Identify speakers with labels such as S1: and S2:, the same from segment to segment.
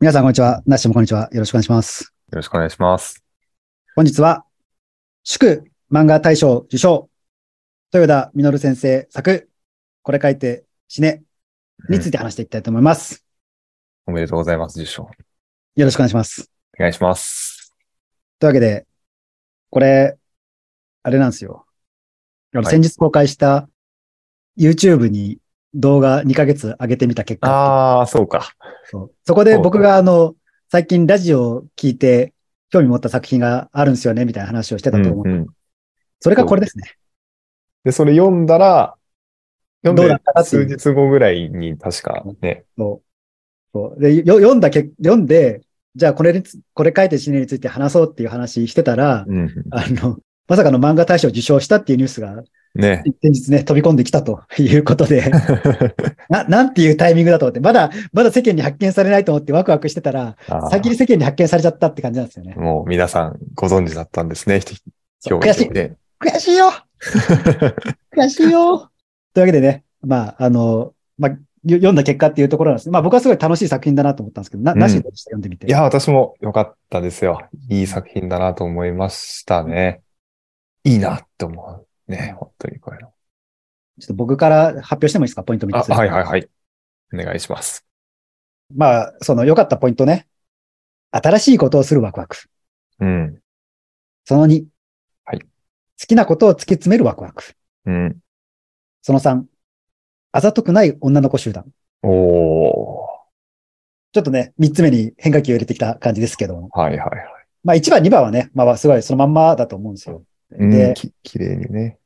S1: 皆さん、こんにちは。なっしもこんにちは。よろしくお願いします。
S2: よろしくお願いします。
S1: 本日は、祝漫画大賞受賞、豊田実先生作、これ書いて死ねについて話していきたいと思います。
S2: おめでとうございます、受賞。お
S1: よろしくお願いします。
S2: 願いします。
S1: というわけで、これ、あれなんですよ。あの
S2: はい
S1: 先日公開した、YouTube に動画2ヶ月上げてみた結果、
S2: ああ、そうか。
S1: そうそこで僕があの、最近ラジオを聞いて、興味持った作品があるんですよね、みたいな話をしてたと思う。
S2: うんうん
S1: それがこれですね。
S2: で、それ読んだら、読ん
S1: どうだったか
S2: で
S1: ってい
S2: 数
S1: う
S2: 日後ぐらいに確かね、
S1: そう。そうで、よ読んだけ、読んで、じゃあこれにつ、これ書いて死ねについて話そうっていう話してたら、
S2: うん、
S1: あの、まさかの漫画大賞受賞したっていうニュースが、
S2: ね。
S1: 先日ね、飛び込んできたと いうこと で、な、なんていうタイミングだと思って、まだ、まだ世間に発見されないと思ってワクワクしてたら、
S2: あー
S1: 先に世間に発見されちゃったって感じなんですよね。
S2: もう皆さんご存知だったんですね、
S1: そう
S2: 今
S1: 悔しい
S2: 日。ね。
S1: 悔しい よ悔しいよというわけでね、まあ、あの、まあ、よ読んだ結果っていうところなんです。まあ、僕はすごい楽しい作品だなと思ったんですけど、な、
S2: うん
S1: なしでした、読んでみて。
S2: いや、私も良かったですよ。いい作品だなと思いましたね。いいなって思う。ね、本当にこれの。
S1: ちょっと僕から発表してもいいですか、ポイント3
S2: あ、
S1: つ。
S2: はいはいはい。お願いします。
S1: まあ、その良かったポイントね。新しいことをするワクワク。
S2: うん。
S1: その2。
S2: はい
S1: 好きなことを突き詰めるワクワク。
S2: うん。
S1: その3。あざとくない女の子集団。
S2: おー。
S1: ちょっとね、3つ目に変化球を入れてきた感じですけども。
S2: はいはいはい。
S1: まあ、1番、2番はね、まあ、すごいそのまんまだと思うんですよ。
S2: うん、
S1: で、
S2: き綺麗にね。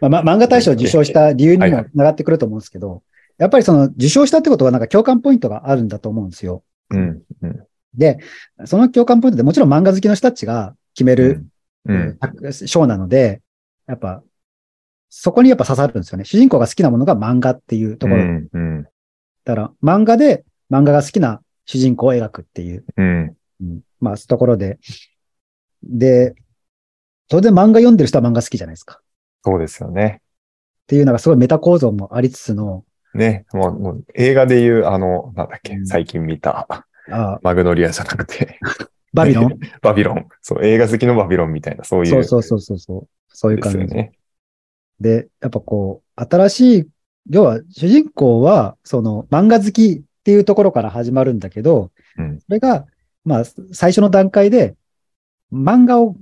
S1: まあ、ま漫画大賞を受賞した理由に
S2: はい
S1: も
S2: はい
S1: 繋がってくると思うんですけど、やっぱりその受賞したってことはなんか共感ポイントがあるんだと思うんですよ。
S2: うん。うん。
S1: で、その共感ポイントでもちろん漫画好きの人たちが決める
S2: うん。
S1: 賞なので、やっぱ、そこにやっぱ刺さるんですよね。主人公が好きなものが漫画っていうところ。
S2: うん。うん。
S1: だから、漫画で漫画が好きな主人公を描くっていう、
S2: うん。
S1: うんまあ、そういうところで。で、当然漫画読んでる人は漫画好きじゃないですか。っ
S2: そうですよね。
S1: ていうのがすごいメタ構造もありつつの、
S2: ね。もう、もう映画でいう、あの、なんだっけ、最近見た、
S1: あ
S2: マグノリアじゃなくて、
S1: バ ビロン
S2: バビロン。そう、映画好きのバビロンみたいな、そういう。
S1: そうそうそうそうそう。そういう
S2: で
S1: 感
S2: す
S1: じ
S2: よ。ね。
S1: で、やっぱこう、新しい、要は主人公は、その漫画好きっていうところから始まるんだけど、
S2: うん
S1: それが、まあ、最初の段階で、漫画を、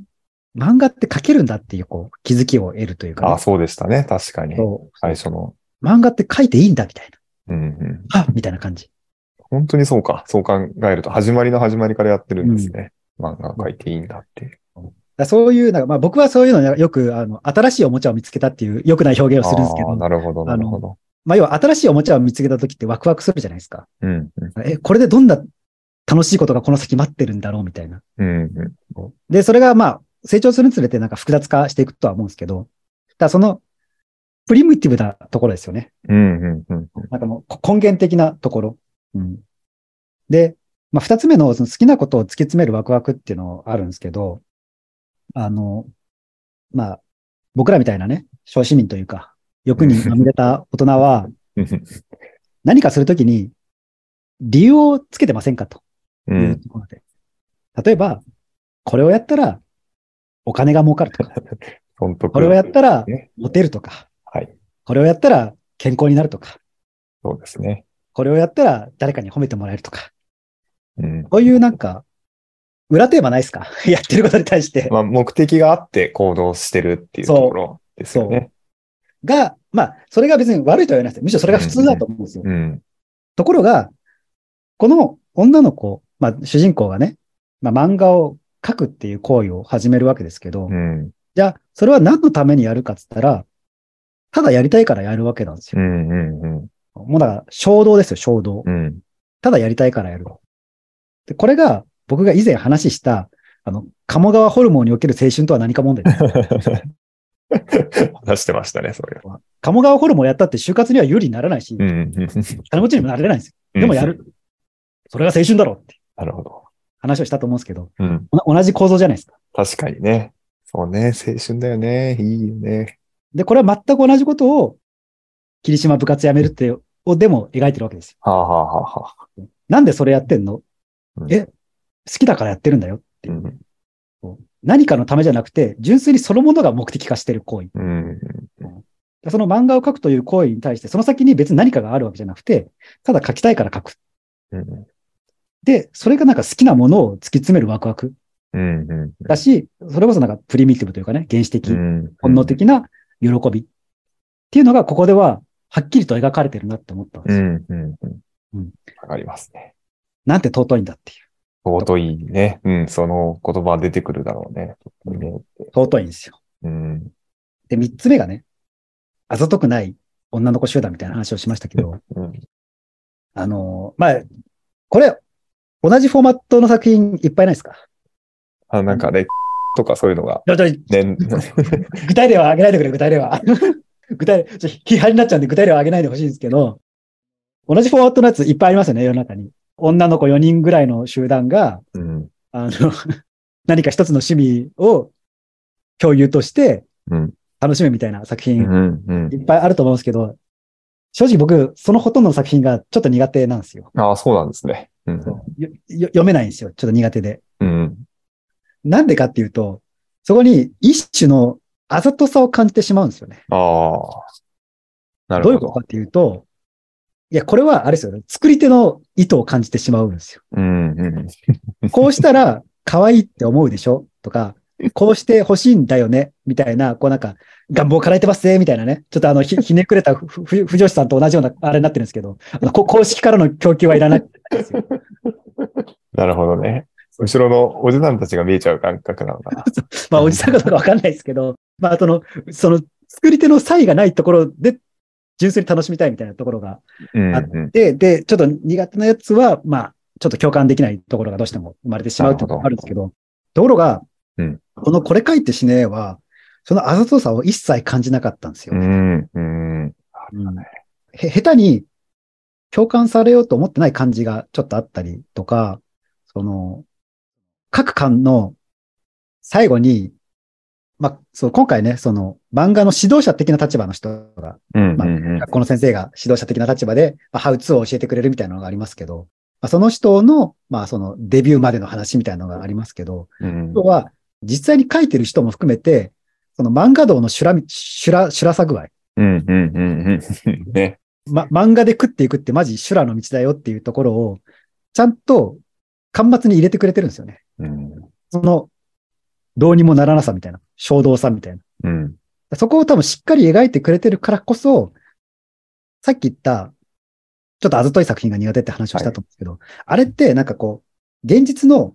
S1: 漫画って描けるんだっていう、こう、気づきを得るというかね、
S2: あ、そうでしたね。確かに。
S1: そう
S2: 最初の。
S1: 漫画って描いていいんだみたい
S2: うんうん。
S1: な、あみたいな感じ。
S2: 本当にそうか。そう考えると、始まりの始まりからやってるんですね。漫画描いていいんだっていう。
S1: だからそういう、なんかまあ僕はそういうのによく、あの、新しいおもちゃを見つけたっていう良くない表現をするんですけ
S2: ああ、
S1: ど、
S2: なるほど、なるほど。
S1: まあ要は新しいおもちゃを見つけた時ってワクワクするじゃないですか。
S2: うん。うん
S1: え、これでどんな楽しいことがこの先待ってるんだろうみたいな。
S2: うん。うん
S1: で、それがまあ、成長するにつれてなんか複雑化していくとは思うんですけど、ただその、プリミティブなところですよね。
S2: うん。うん。うん。
S1: なんかもうこ根源的なところ。うん、で、まあ、二つ目のその好きなことを突き詰めるワクワクっていうのあるんですけど、あの、まあ、僕らみたいなね、小市民というか、欲にまみれた大人は、
S2: うん
S1: 何かするときに、理由をつけてませんかと。
S2: う。
S1: いうんところで。例えば、これをやったら、お金が儲かるとか、
S2: 損得
S1: これをやったら
S2: ね、
S1: モテるとか、
S2: はい。
S1: これをやったら、健康になるとか、
S2: そうですね。
S1: これをやったら、誰かに褒めてもらえるとか、
S2: うん。
S1: こういうなんか、裏テーマないですか やってることに対して。
S2: まあ、目的があって行動してるっていうところですよね。
S1: が、まあ、それが別に悪いとは言わないです。むしろそれが普通だと思うんですよ。
S2: うん。
S1: ところが、この女の子、まあ、主人公がね、まあ、漫画を描くっていう行為を始めるわけですけど、
S2: うん。
S1: じゃあ、それは何のためにやるかって言ったら、ただやりたいからやるわけなんです
S2: う
S1: よ。
S2: ん。うん。
S1: もうだから、衝動ですよ、衝動
S2: う。ん。
S1: ただやりたいからやる。で、これが、僕が以前話した、あの、鴨川ホルモンにおける青春とは何か問題 です。
S2: 話してましたね、それは。
S1: 鴨川ホルモンやったって就活には有利にならないし
S2: う、ん。
S1: 金持ちにもなれないんですよ。
S2: うん
S1: でもや。る。それが青春だろって
S2: なるほど。
S1: 話をしたと思うんですけど、
S2: うん。
S1: おな同じ構造じゃないですか。
S2: 確かにね。そうね。青春だよね。いいよね。
S1: で、これは全く同じことを、霧島部活やめるって、をでも描いてるわけですよ。
S2: はあ、はあはあはあ、
S1: なんでそれやってんの
S2: うん
S1: え好きだからやってるんだよっていうう。
S2: ん。
S1: 何かのためじゃなくて、純粋にそのものが目的化してる行為。
S2: うん。
S1: その漫画を描くという行為に対して、その先に別に何かがあるわけじゃなくて、ただ描きたいから描く。
S2: うん。
S1: で、それがなんか好きなものを突き詰めるワクワク
S2: うん。うん。
S1: だし、それこそなんかプリミティブというかね、原始的、
S2: うん
S1: 本能的な喜びっていうのが、ここでははっきりと描かれてるなって思ったんで
S2: う
S1: すよ。
S2: ん。うん。
S1: う
S2: うんん。わかりますね。
S1: なんて尊いんだってい
S2: 尊いね。うん。その言葉出てくるだろうね。
S1: う。尊いんですよ。
S2: うん。
S1: で、三つ目がね、あざとくない女の子集団みたいな話をしましたけど、
S2: うん。
S1: あのーまあ、これ、同じフォーマットの作品いっぱいないですか
S2: あ、なんかね、とかそういうのが、
S1: ちょちょ
S2: ね、
S1: 具体例は挙げないでくれ、具体例は。 具体例、ちょ批判になっちゃうんで具体例は挙げないでほしいんですけど、同じフォーマットのやついっぱいありますよね、世の中に。女の子4人ぐらいの集団が、
S2: うん。
S1: あの、 何か一つの趣味を共有として
S2: うん。
S1: 楽しむみたいな作
S2: う
S1: 品
S2: ん。うん
S1: い。っぱいあると思うんですけど、正直僕、そのほとんどの作品がちょっと苦手なんですよ。
S2: ああ、そうなんですね。うん。
S1: よよ読めないんですよ。ちょっと苦手で。
S2: うん。
S1: なんでかっていうと、そこに一種のあざとさを感じてしまうんですよね。
S2: ああ。なる
S1: どうい
S2: ほ
S1: うこと
S2: ど
S1: か。っていうと、いや、これはあれですよね。作り手の意図を感じてしまうんですよ。
S2: うん。うん。
S1: こうしたら可愛いって思うでしょとか、こうして欲しいんだよねみたいな、こうなんか、願望叶えてますねみたいなね。ちょっとあの、ひひねくれたふふ不女子さんと同じような、あれになってるんですけど、あのこ公式からの供給はいら ないんですよ。
S2: なるほどね。後ろのおじさんたちが見えちゃう感覚なのか な。
S1: まあ、おじさんかどうかわかんないですけど、まあ、その、その、作り手の差異がないところで、純粋に楽しみたいみたいなところが
S2: うん。
S1: あ
S2: うん
S1: で、で、ちょっと苦手なやつは、まあ、ちょっと共感できないところがどうしても生まれてしまうってことがあるんですけど、ところが、
S2: うん
S1: このこれ書いて死ねは、そのあざとさを一切感じなかったんですよ
S2: う
S1: ね、
S2: ん。うん。
S1: うんへ下手に共感されようと思ってない感じがちょっとあったりとか、その、各巻の最後に、まあ、そう、今回ね、その、漫画の指導者的な立場の人が
S2: うん。
S1: まあ
S2: うん。
S1: 学校の先生が指導者的な立場で、まあ、ハウツーを教えてくれるみたいなのがありますけど、まあ、その人の、まあ、そのデビューまでの話みたいなのがありますけど、
S2: うん
S1: 今日は実際に書いてる人も含めて、その漫画道の修羅み、修羅、修羅さ具合。
S2: うん。うん。うん。うん。ね。
S1: ま、漫画で食っていくってマジ修羅の道だよっていうところを、ちゃんと、間末に入れてくれてるんですよね。
S2: うん。
S1: その、どうにもならなさみたいな、衝動さみたいな。
S2: うん。
S1: そこを多分しっかり描いてくれてるからこそ、さっき言った、ちょっとあざとい作品が苦手って話をしたと思うんですけど、あれってなんかこう、現実の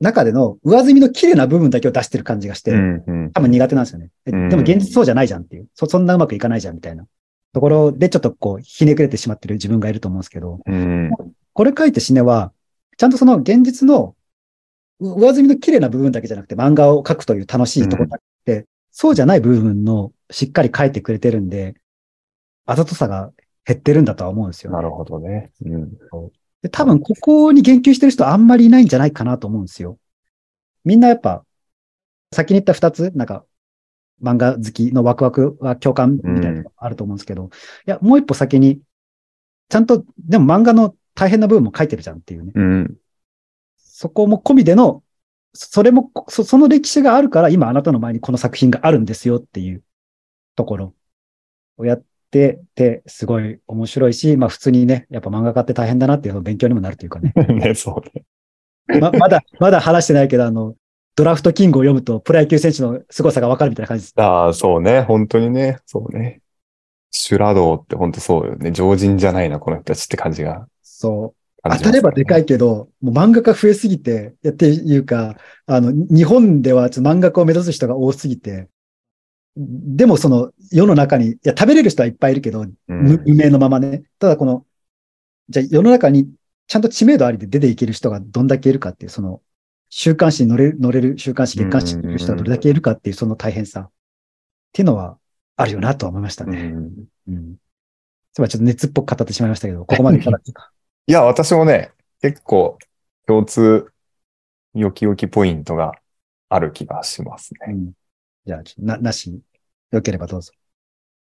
S1: 中での上積みの綺麗な部分だけを出してる感じがして、
S2: うん。うん
S1: 多分苦手なんですよね。え
S2: うん
S1: でも現実そうじゃないじゃんっていうそ、そんなうまくいかないじゃんみたいなところでちょっとこう、ひねくれてしまってる自分がいると思うんですけど、
S2: うん。
S1: これ書いて死ねは、ちゃんとその現実のう上積みの綺麗な部分だけじゃなくて漫画を描くという楽しいところだって、そうじゃない部分のしっかり書いてくれてるんで、あざとさが減ってるんだとは思うんですよ、
S2: なるほどね。うん。
S1: で多分ここに言及してる人あんまりいないんじゃないかなと思うんですよ。みんなやっぱ、先に言った二つ、なんか、漫画好きのワクワクは共感みたいなのがあると思うんですけど、いや、もう一歩先に、ちゃんと、でも漫画の大変な部分も書いてるじゃんっていうね。
S2: うん。
S1: そこも込みでの、それも、そその歴史があるから、今あなたの前にこの作品があるんですよっていうところをやってて、すごい面白いし、まあ普通にね、やっぱ漫画家って大変だなっていう勉強にもなるというかね。
S2: ね、そうね。
S1: ままだ、まだ話してないけど、あの、ドラフトキングを読むとプロ野球選手の凄さがわかるみたいな感じです。
S2: ああ、そうね。本当にね。そうね。修羅道って本当そうよね。常人じゃないな、この人たちって感じが。
S1: そう。当
S2: 感
S1: た
S2: じますね
S1: ればでかいけど、もう漫画家増えすぎて、やっていうか、あの、日本ではちょっと漫画家を目指す人が多すぎて、でもその世の中に、いや、食べれる人はいっぱいいるけど、
S2: うん。
S1: 無無名のままね。ただこの、じゃあ世の中にちゃんと知名度ありで出ていける人がどんだけいるかっていう、その、週刊誌に乗れる、乗れる週刊誌、月刊誌にいる人がどれだけいるかっていう、その大変さっていうのはあるよなとは思いました
S2: う
S1: ね。
S2: ん
S1: うん。つまりちょっと熱っぽく語ってしまいましたけど、ここまでいかがですか
S2: いや、私もね、結構共通、よきよきポイントがある気がします
S1: う
S2: ね。
S1: ん。じゃあ、ちょっとな、なし、よければどうぞ。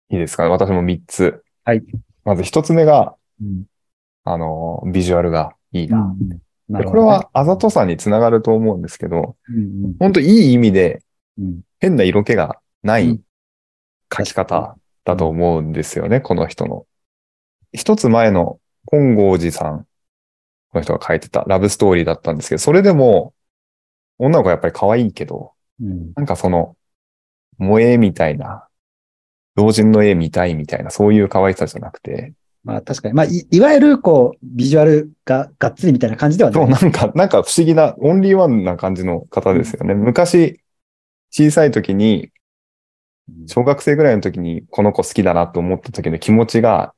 S2: いいですかね。私も3つ。
S1: はい。
S2: まず1つ目が、
S1: うん。
S2: あの、ビジュアルがいいな。
S1: うんな
S2: で
S1: る
S2: こ
S1: ほ
S2: れ
S1: どね
S2: はあざとさにつながると思うんですけど、
S1: うんうん
S2: 本当いい意味で
S1: うん
S2: 変な色気がな
S1: う
S2: い
S1: ん
S2: 書き方だと思うんですよね、この人の。一つ前の本郷寺さん、この人が書いてたラブストーリーだったんですけど、それでも女の子はやっぱり可愛いけど、
S1: うん
S2: なんかその、萌えみたいな、老人の絵見たいみたいな、そういう可愛さじゃなくて、
S1: まあ確かに。まあい、いわゆるこう、ビジュアルががっつりみたいな感じでは
S2: そう、
S1: ない。
S2: なんか、なんか不思議な、オンリーワンな感じの方ですよね。昔、小さい時に、小学生ぐらいの時に、この子好きだなと思った時の気持ちが、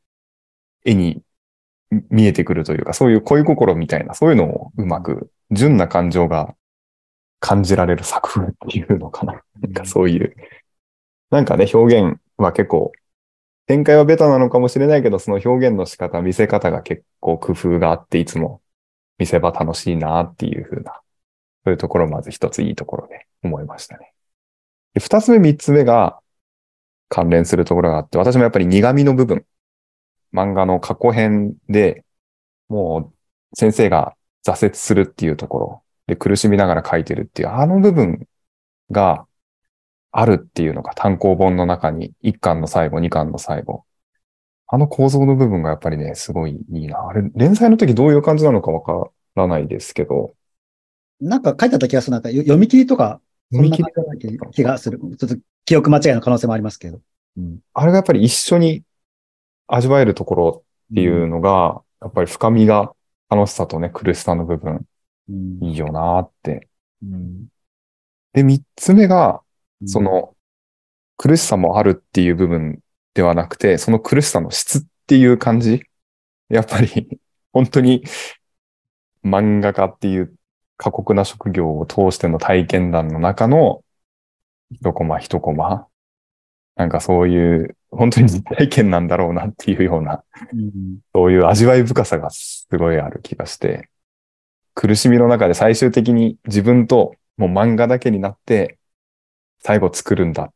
S2: 絵にみ見えてくるというか、そういう恋心みたいな、そういうのをうまく、純な感情が感じられる作風っていうのかな。なんかそういう、なんかね、表現は結構、展開はベタなのかもしれないけど、その表現の仕方、見せ方が結構工夫があって、いつも見せ場楽しいなっていう風な、そういうところまず一ついいところで思いましたね。で二つ目、三つ目が関連するところがあって、私もやっぱり苦味の部分、漫画の過去編でもう先生が挫折するっていうところで苦しみながら書いてるっていう、あの部分があるっていうのが単行本の中に1巻の最後、2巻の最後。あの構造の部分がやっぱりね、すごいいいな。あれ、連載の時どういう感じなのかわからないですけど、
S1: なんか書いてあった気がする。なんかよ読み切りとか、そんな感じだった気がする。ちょっと記憶間違いの可能性もありますけど。
S2: あれがやっぱり一緒に味わえるところっていうのが、やっぱり深みが楽しさとね、苦しさの部分、
S1: うん。
S2: いいよなって。
S1: うん
S2: で、三つ目が、そ、の、苦しさもあるっていう部分ではなくて、その苦しさの質っていう感じ。やっぱり、 本当に、漫画家っていう過酷な職業を通しての体験談の中の、一コマ一コマ、なんかそういう、本当に実体験なんだろうなっていうような、
S1: うん
S2: そういう味わい深さがすごいある気がして、苦しみの中で最終的に自分ともう漫画だけになって、最後作るんだっ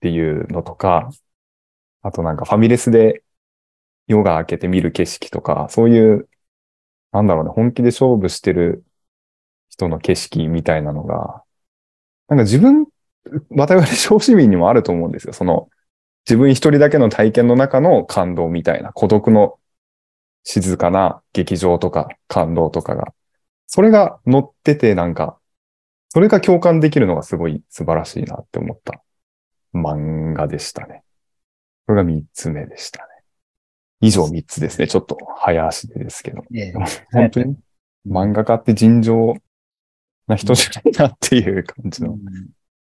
S2: ていうのとか、あとなんかファミレスで夜が明けて見る景色とか、そういう、なんだろうね、本気で勝負してる人の景色みたいなのが、なんか自分、我々小市民にもあると思うんですよ。その、自分一人だけの体験の中の感動みたいな、孤独の静かな劇場とか感動とかが。それが乗っててなんか、それが共感できるのがすごい素晴らしいなって思った漫画でしたね。これが3つ目でしたね。以上3つですね。ちょっと早足でですけど。
S1: ええ
S2: 本当に漫画家って尋常な人じゃないなっていう感じの。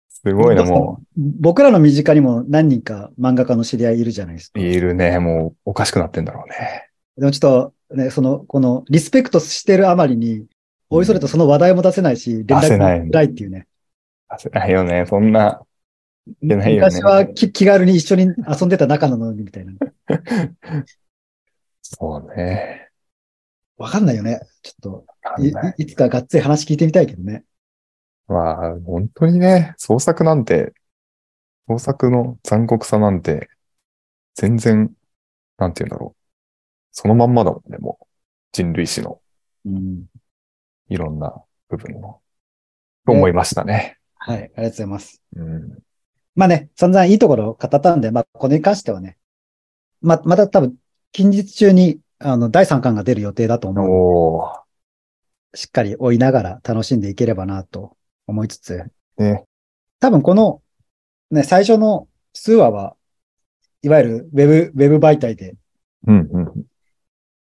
S2: すごいな、も
S1: 僕らの身近にも何人か漫画家の知り合いいるじゃないですか。
S2: う。いるね。もうおかしくなってんだろうね。
S1: でもちょっと、ね、その、この、リスペクトしてるあまりに、おいそれとその話題も出せないし、連
S2: 出せ
S1: 絡
S2: ない
S1: もないっていうね。
S2: 焦らないよね。そんな出ないよね
S1: 昔はき気軽に一緒に遊んでた仲なのにみたいな。
S2: そうね。
S1: わかんないよね。ちょっ
S2: わか
S1: とい
S2: んない、
S1: いいつかがっつり話聞いてみたいけどね。
S2: まあ、本当にね、創作なんて、創作の残酷さなんて、全然、なんて言うんだろう。そのまんまだもんね、もう。人類史の
S1: うん。
S2: いろんな部分の。と思いましたね。
S1: はい、ありがとうございます。
S2: うん。
S1: まあね、散々いいところを語ったんで、まあ、これに関してはね、ま、また多分、近日中に、あの、第3巻が出る予定だと思う。
S2: おー。
S1: しっかり追いながら楽しんでいければなと思いつつ、
S2: ね。
S1: 多分この、ね、最初の数話は、いわゆるウェブ、ウェブ媒体で
S2: うんうん。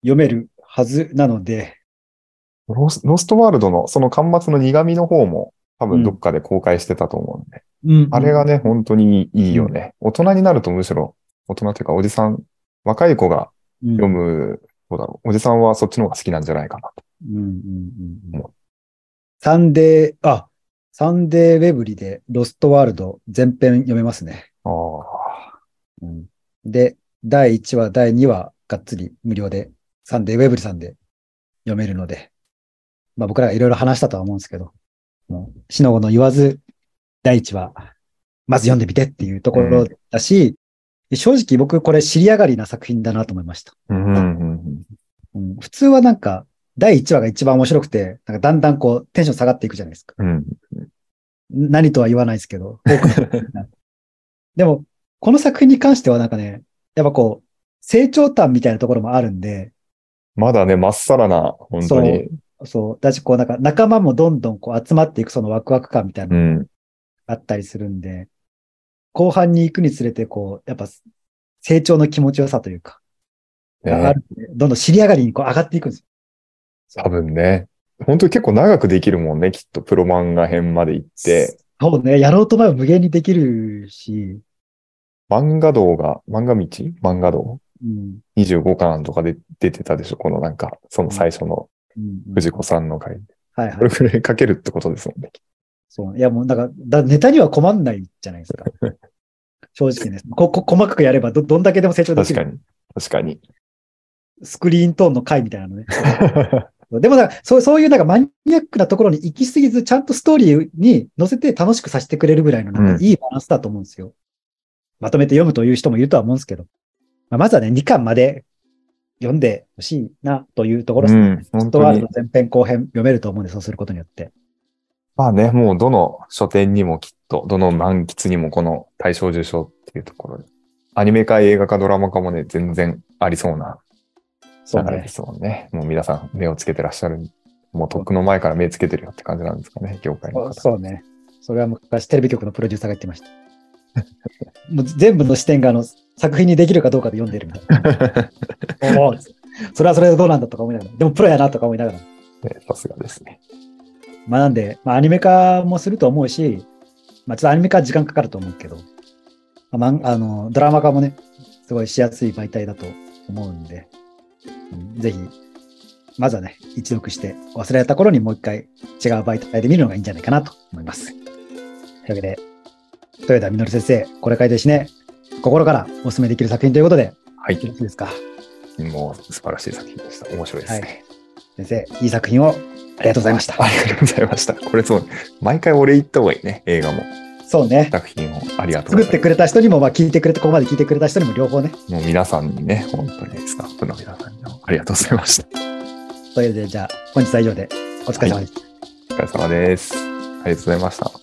S1: 読めるはずなので、
S2: ロスロストワールドの、その端末の苦味の方も、多分どっかで公開してたと思うんで。
S1: うん
S2: あれがね、本当にいいよね。大人になるとむしろ、大人というかおじさん、若い子が
S1: うん、
S2: 読む、どうだろう。おじさんはそっちの方が好きなんじゃないかなと。
S1: うんうんうんうん
S2: も
S1: サンデー、あ、サンデーウェブリでロストワールド全編読めますね。
S2: ああ。
S1: で、第1話、第2話、がっつり無料で、サンデーウェブリさんで読めるので、まあ僕らがいろいろ話したとは思うんですけど、もうしのごの言わず、第1話、まず読んでみてっていうところだし、正直僕これ知り上がりな作品だなと思いました。
S2: うんうんうん。
S1: うん普通はなんか、第1話が一番面白くて、なんかだんだんこう、テンション下がっていくじゃないですか。
S2: うん。
S1: 何とは言わないですけ ど。多くの人がでも、この作品に関してはなんかね、やっぱこう、成長端みたいなところもあるんで、
S2: まだね、まっさらな、本当に。
S1: そう、だしこうなんか仲間もどんどんこう集まっていくそのワクワク感みたいな
S2: う
S1: のが
S2: ん。
S1: あったりするんで、後半に行くにつれてこう、やっぱ成長の気持ちよさというか、があ
S2: ね、
S1: るんでどんどん尻上がりにこう上がっていくんですよ。
S2: 多分ね。本当に結構長くできるもんね、きっと。プロ漫画編まで行って。
S1: そうね、やろうと思えば無限にできるし、
S2: 漫画道が、漫画道漫画道
S1: うん。
S2: 25巻とかで出てたでしょこのなんか、その最初の
S1: うん、
S2: 藤子さんの回。
S1: はいは
S2: これ
S1: い。
S2: くらい書けるってことですもんね。
S1: そう。いやもう、だから、だネタには困んないじゃないです か。正直ね。こ、こ、細かくやればど、どんだけでも成長でき
S2: 確か
S1: る。
S2: に。確かに。
S1: スクリーントーンの回みたいなのね。でもなんか、そう、そういうなんかマニアックなところに行き過ぎず、ちゃんとストーリーに乗せて楽しくさせてくれるぐらいの、なん
S2: うん
S1: かいいバランスだと思うんですよ。まとめて読むという人もいるとは思うんですけど。まあ、まずはね、2巻まで読んでほしいなというところで
S2: う
S1: すね。
S2: ん、
S1: フ
S2: 本
S1: ットワ
S2: 当
S1: ール
S2: に
S1: ド。前編後編読めると思うんで、そうすることによって。
S2: まあね、もうどの書店にもきっと、どの満喫にもこの大賞受賞っていうところで、アニメ化、映画化、ドラマ化もね、全然ありそうな
S1: そう
S2: 流れ
S1: ね
S2: で。すもんね。もう皆さん目をつけてらっしゃる。もうとっくの前から目つけてるよって感じなんですかね、業界の
S1: そうそ
S2: 方。
S1: うね。それは昔テレビ局のプロデューサーが言ってました。 もう全部の視点があの作品にできるかどうかで読んでるみたいな。おおそれはそれでどうなんだとか思いながら。でもプロやなとか思いながら。
S2: ねさすがですね。
S1: まあなんで、まあ、アニメ化もすると思うし、まあちょっとアニメ化は時間かかると思うけど、まあ、漫あのドラマ化もね、すごいしやすい媒体だと思うんで、うんぜひ、まずはね、一読して忘れた頃にもう一回違う媒体で見るのがいいんじゃないかなと思います。というわけで、豊田稔先生、これからですね、心からお勧めできる作品ということで、
S2: はい
S1: よ。ろしいですか。
S2: もう素晴らしい作品でした。面白いで
S1: は
S2: す
S1: い
S2: ね。。
S1: 先生、いい作品をありがとうございました。
S2: ありがとうございました。これそう、毎回お礼言った方がいいね、映画も。
S1: そうね。
S2: 作品もありがとう
S1: 作
S2: ご
S1: っ
S2: ざ
S1: て
S2: いま
S1: くれた人にも、まあ、聞いてくれた、ここまで聞いてくれた人にも両方ね。
S2: す。もう皆さんにね、本当にスタッフの皆さんにもありがとうございました。
S1: というわけで、じゃあ、本日は以上で、お疲れ様でした。
S2: お疲れ様です。ありがとうございました。